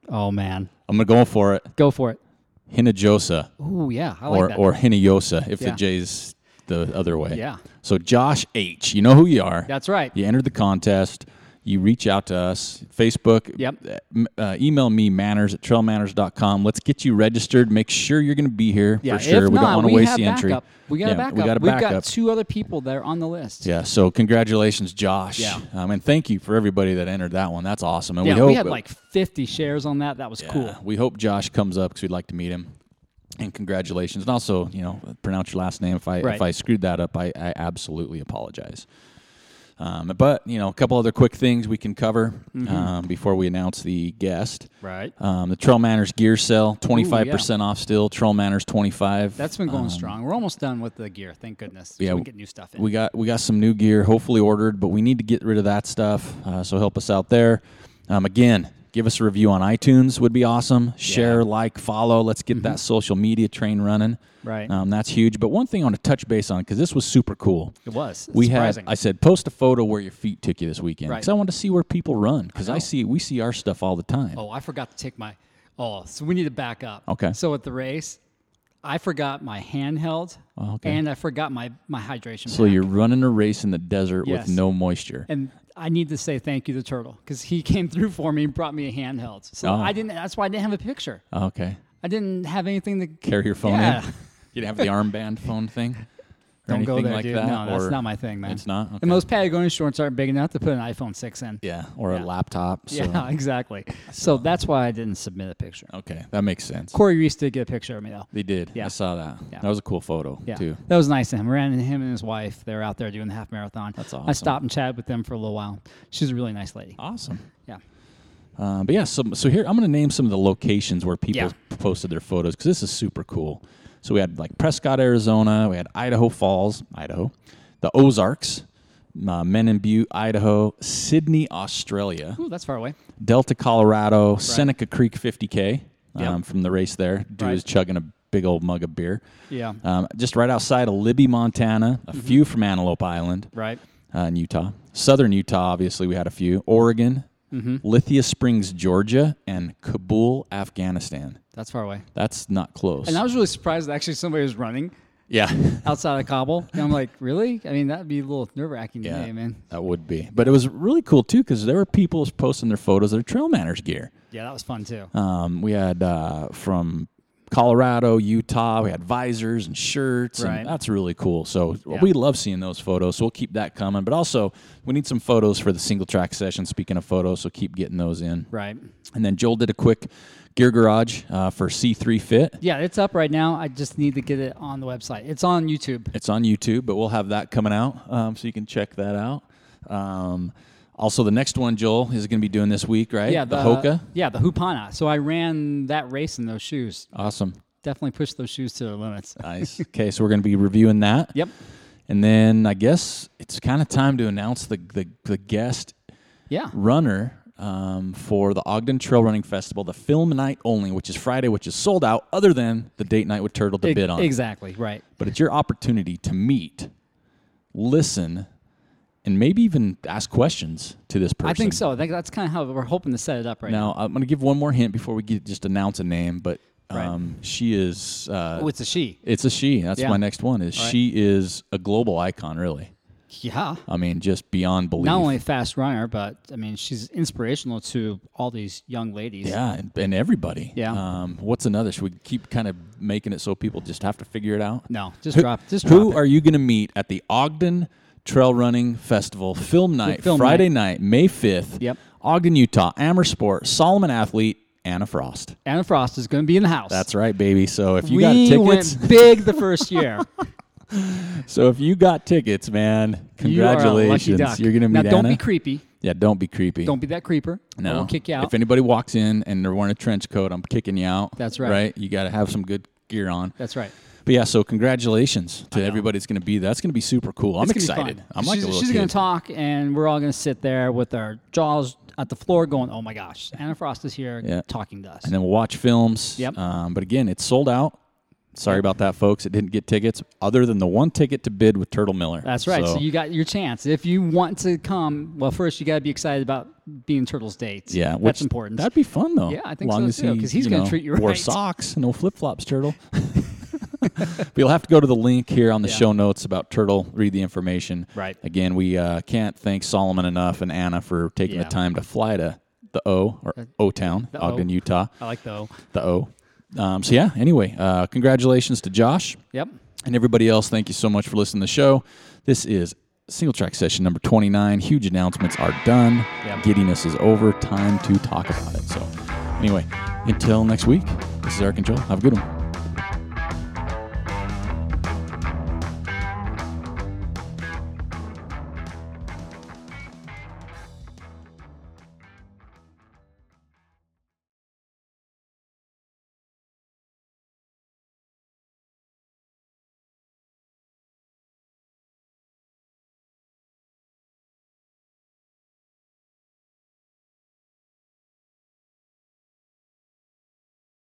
Speaker 2: Oh man,
Speaker 1: I'm gonna go for it.
Speaker 2: go for it.
Speaker 1: Hinajosa
Speaker 2: Ooh yeah, I like
Speaker 1: or
Speaker 2: that.
Speaker 1: or Hinayosa if
Speaker 2: Yeah.
Speaker 1: the J's the other way.
Speaker 2: Yeah.
Speaker 1: So Josh H, you know who you are.
Speaker 2: That's right.
Speaker 1: You entered the contest. You reach out to us, Facebook.
Speaker 2: Yep.
Speaker 1: uh, m- Uh, email me, manners at trailmanners.com. Let's get you registered. Make sure you're going to be here
Speaker 2: Yeah,
Speaker 1: for sure.
Speaker 2: If
Speaker 1: we
Speaker 2: not,
Speaker 1: don't want to
Speaker 2: we
Speaker 1: waste
Speaker 2: have
Speaker 1: the entry.
Speaker 2: backup. We got
Speaker 1: yeah,
Speaker 2: a backup.
Speaker 1: We got a
Speaker 2: We've
Speaker 1: backup.
Speaker 2: got two other people that are on the list.
Speaker 1: yeah, so congratulations, Josh.
Speaker 2: Yeah.
Speaker 1: Um, and thank you for everybody that entered that one. That's awesome. And
Speaker 2: Yeah,
Speaker 1: we hope
Speaker 2: had like 50 shares on that. That was
Speaker 1: Yeah,
Speaker 2: cool.
Speaker 1: We hope Josh comes up because we'd like to meet him. And congratulations. And also, you know, pronounce your last name. If I
Speaker 2: Right.
Speaker 1: if I screwed that up, I, I absolutely apologize. Um, but you know, a couple other quick things we can cover um, before we announce the guest.
Speaker 2: Mm-hmm. Right.
Speaker 1: Um, the Trail Manners gear sale, twenty five percent off still. Trail Manners twenty five.
Speaker 2: That's been going strong. We're almost done with the gear. Thank goodness.
Speaker 1: Um, yeah,
Speaker 2: Yeah, we
Speaker 1: w-
Speaker 2: can get new stuff in.
Speaker 1: we got we got some new gear, hopefully ordered, but we need to get rid of that stuff. Uh, so help us out there. Um, again, give us a review on iTunes would be awesome. Share, like, follow. Let's get that social media train running.
Speaker 2: Mm-hmm. Right.
Speaker 1: Um, that's huge. But one thing I want to touch base on because this was super cool.
Speaker 2: it was.
Speaker 1: We
Speaker 2: surprising.
Speaker 1: had I said post a photo where your feet took you this weekend
Speaker 2: Right.
Speaker 1: because I want to see where people run because I, see we see our stuff all the time.
Speaker 2: Oh, I forgot to take my. Oh, so we need to back up.
Speaker 1: Okay.
Speaker 2: So at the race, I forgot my handheld
Speaker 1: Oh, okay.
Speaker 2: and I forgot my, my hydration.
Speaker 1: so
Speaker 2: pack.
Speaker 1: you're running a race in the desert
Speaker 2: Yes.
Speaker 1: with no moisture.
Speaker 2: And I need to say thank you to Turtle because he came through for me and brought me a handheld. So
Speaker 1: Oh.
Speaker 2: I didn't. That's why I didn't have a picture.
Speaker 1: Okay,
Speaker 2: I didn't have anything to
Speaker 1: carry your phone
Speaker 2: Yeah.
Speaker 1: in. *laughs* You didn't have the armband phone thing. or
Speaker 2: Don't go
Speaker 1: anything
Speaker 2: there,
Speaker 1: like
Speaker 2: dude.
Speaker 1: that,
Speaker 2: no, that's
Speaker 1: or-
Speaker 2: not my thing, man.
Speaker 1: It's not? Okay.
Speaker 2: And most Patagonia shorts aren't big enough to put an iPhone 6 in.
Speaker 1: Yeah, or a
Speaker 2: Yeah.
Speaker 1: laptop. So.
Speaker 2: *laughs*
Speaker 1: Oh.
Speaker 2: Yeah, exactly. So that's why I didn't submit a picture.
Speaker 1: *laughs* Okay, that makes sense.
Speaker 2: Corey Reese did get a picture of me though.
Speaker 1: They did. I
Speaker 2: Yeah.
Speaker 1: saw that.
Speaker 2: Yeah.
Speaker 1: That was a cool photo
Speaker 2: Yeah,
Speaker 1: too.
Speaker 2: that was nice of him. Ran into him and his wife. They're out there doing the half marathon.
Speaker 1: That's
Speaker 2: I
Speaker 1: awesome. Oh.
Speaker 2: stopped and chatted with them for a little while. She's a really nice lady.
Speaker 1: Awesome.
Speaker 2: Yeah,
Speaker 1: Um, but yeah, so, so here I'm going to name some of the locations where people
Speaker 2: Yeah.
Speaker 1: posted their photos because this is super cool. So we had like Prescott, Arizona. We had Idaho Falls, Idaho, the Ozarks, uh, Menin Butte, Idaho, Sydney, Australia,
Speaker 2: ooh, that's far away.
Speaker 1: Delta, Colorado, Seneca Creek 50K um,
Speaker 2: Yep.
Speaker 1: from the race there. Dude
Speaker 2: Right.
Speaker 1: is chugging a big old mug of beer.
Speaker 2: Yeah,
Speaker 1: Um, just right outside of Libby, Montana, a few from Antelope Island
Speaker 2: Mm-hmm. right.
Speaker 1: uh, in Utah. Southern Utah, obviously, we had a few. Oregon,
Speaker 2: Mm-hmm.
Speaker 1: Lithia Springs, Georgia, and Kabul, Afghanistan.
Speaker 2: That's far away.
Speaker 1: That's not close.
Speaker 2: And I was really surprised that actually somebody was running
Speaker 1: yeah, *laughs*
Speaker 2: outside of Kabul. And I'm like, *laughs* really? I mean, that'd be a little nerve wracking
Speaker 1: Yeah.
Speaker 2: to me, man.
Speaker 1: that would be. But it was really cool, too, because there were people posting their photos of their trail manners gear.
Speaker 2: Yeah, that was fun too.
Speaker 1: Um, we had uh, from Colorado, Utah. We had visors and shirts,
Speaker 2: Right.
Speaker 1: and that's really cool. So
Speaker 2: Yeah.
Speaker 1: we love seeing those photos. So we'll keep that coming. But also, we need some photos for the single track session. Speaking of photos, so keep getting those in.
Speaker 2: Right.
Speaker 1: And then Joel did a quick gear garage uh, for C3 Fit.
Speaker 2: Yeah, it's up right now. I just need to get it on the website. It's on YouTube.
Speaker 1: It's on YouTube, but we'll have that coming out, um, so you can check that out. Um, also, the next one Joel is going to be doing this week, right?
Speaker 2: Yeah,
Speaker 1: the, Hoka.
Speaker 2: Yeah, the Hupana. So I ran that race in those shoes.
Speaker 1: Awesome,
Speaker 2: Definitely pushed those shoes to their
Speaker 1: *laughs*
Speaker 2: limits.
Speaker 1: nice.
Speaker 2: *laughs*
Speaker 1: okay, so we're going to be reviewing that.
Speaker 2: Yep.
Speaker 1: And then I guess it's kind of time to announce the, the, the guest
Speaker 2: Yeah.
Speaker 1: runner um, for the Ogden Trail Running Festival, the film night only, which is Friday, which is sold out, other than the date night with Turtle to
Speaker 2: E-
Speaker 1: bid on.
Speaker 2: Exactly. Right.
Speaker 1: But it's your opportunity to meet, listen, and maybe even ask questions to this person.
Speaker 2: I think so. I think that's kind of how we're hoping to set it up right now.
Speaker 1: Now, I'm going to give one more hint before we get, just announce a name, but
Speaker 2: Right.
Speaker 1: um, she is. Uh,
Speaker 2: Oh, it's a she.
Speaker 1: it's a she. That's
Speaker 2: Yeah.
Speaker 1: my next one. Is
Speaker 2: right.
Speaker 1: she is a global icon, really?
Speaker 2: Yeah.
Speaker 1: I mean, just beyond belief.
Speaker 2: Not only a fast runner, but I mean, she's inspirational to all these young ladies.
Speaker 1: Yeah, and, and everybody.
Speaker 2: Yeah.
Speaker 1: Um, what's another? Should we keep kind of making it so people just have to figure it out?
Speaker 2: No, just
Speaker 1: Who-
Speaker 2: drop. Just drop.
Speaker 1: Who
Speaker 2: it.
Speaker 1: are you going to meet at the Ogden Trail Running Festival film night,
Speaker 2: film
Speaker 1: Friday night. May 5th?
Speaker 2: Yep.
Speaker 1: Ogden, Utah, Amhersport, Solomon Athlete, Anna Frost.
Speaker 2: Anna Frost is going to be in the house.
Speaker 1: That's right, baby. So if you
Speaker 2: we
Speaker 1: got tickets,
Speaker 2: went big the first year.
Speaker 1: *laughs* so if you got tickets, man,
Speaker 2: You are a lucky
Speaker 1: congratulations.
Speaker 2: duck.
Speaker 1: are going to
Speaker 2: now.
Speaker 1: meet
Speaker 2: Don't
Speaker 1: Anna.
Speaker 2: be creepy.
Speaker 1: yeah, don't be creepy.
Speaker 2: Don't be that creeper. I
Speaker 1: No,
Speaker 2: won't kick you out.
Speaker 1: If anybody walks in and they're wearing a trench coat, I'm kicking you out.
Speaker 2: That's right.
Speaker 1: Right, you got to have some good gear on.
Speaker 2: That's right.
Speaker 1: But yeah, so congratulations to
Speaker 2: know.
Speaker 1: everybody that's going to be there. That's going to be super cool. I'm
Speaker 2: It's gonna be
Speaker 1: excited.
Speaker 2: fun.
Speaker 1: I'm like
Speaker 2: she's,
Speaker 1: a little
Speaker 2: she's
Speaker 1: kid.
Speaker 2: gonna talk, and we're all gonna sit there with our jaws at the floor, going, "Oh my gosh, Anna Frost is here
Speaker 1: Yeah.
Speaker 2: talking to us."
Speaker 1: and then we'll watch films.
Speaker 2: Yep.
Speaker 1: Um, but again, it's sold out. Sorry about that, folks. It didn't get tickets other than the one ticket to bid with Turtle Miller.
Speaker 2: That's right. So,
Speaker 1: So,
Speaker 2: you got your chance if you want to come. Well, first you got to be excited about being Turtle's dates.
Speaker 1: yeah,
Speaker 2: that's
Speaker 1: which-
Speaker 2: important.
Speaker 1: That'd be fun though.
Speaker 2: Yeah, I think
Speaker 1: Long
Speaker 2: so,
Speaker 1: as
Speaker 2: too,
Speaker 1: he,
Speaker 2: 'cause he's
Speaker 1: you
Speaker 2: gonna
Speaker 1: know,
Speaker 2: treat you
Speaker 1: Wore
Speaker 2: right.
Speaker 1: socks, no flip flops,
Speaker 2: *laughs*
Speaker 1: Turtle. but you'll have to go to the link here on the
Speaker 2: Yeah.
Speaker 1: show notes about Turtle. Read the information.
Speaker 2: Right.
Speaker 1: Again, we uh, can't thank Solomon enough and Anna for taking
Speaker 2: Yeah. Uh,
Speaker 1: the time to fly to the O or O Town,
Speaker 2: the O.
Speaker 1: Ogden, Utah.
Speaker 2: I like though.
Speaker 1: The O. Um, so yeah. Anyway, uh, congratulations to Josh.
Speaker 2: Yep.
Speaker 1: And everybody else, thank you so much for listening to the show. This is single track session number 29. Huge announcements are done.
Speaker 2: Yep.
Speaker 1: Giddiness is over. Time to talk about it. So, anyway, until next week, this is Eric and Joel. Have a good one.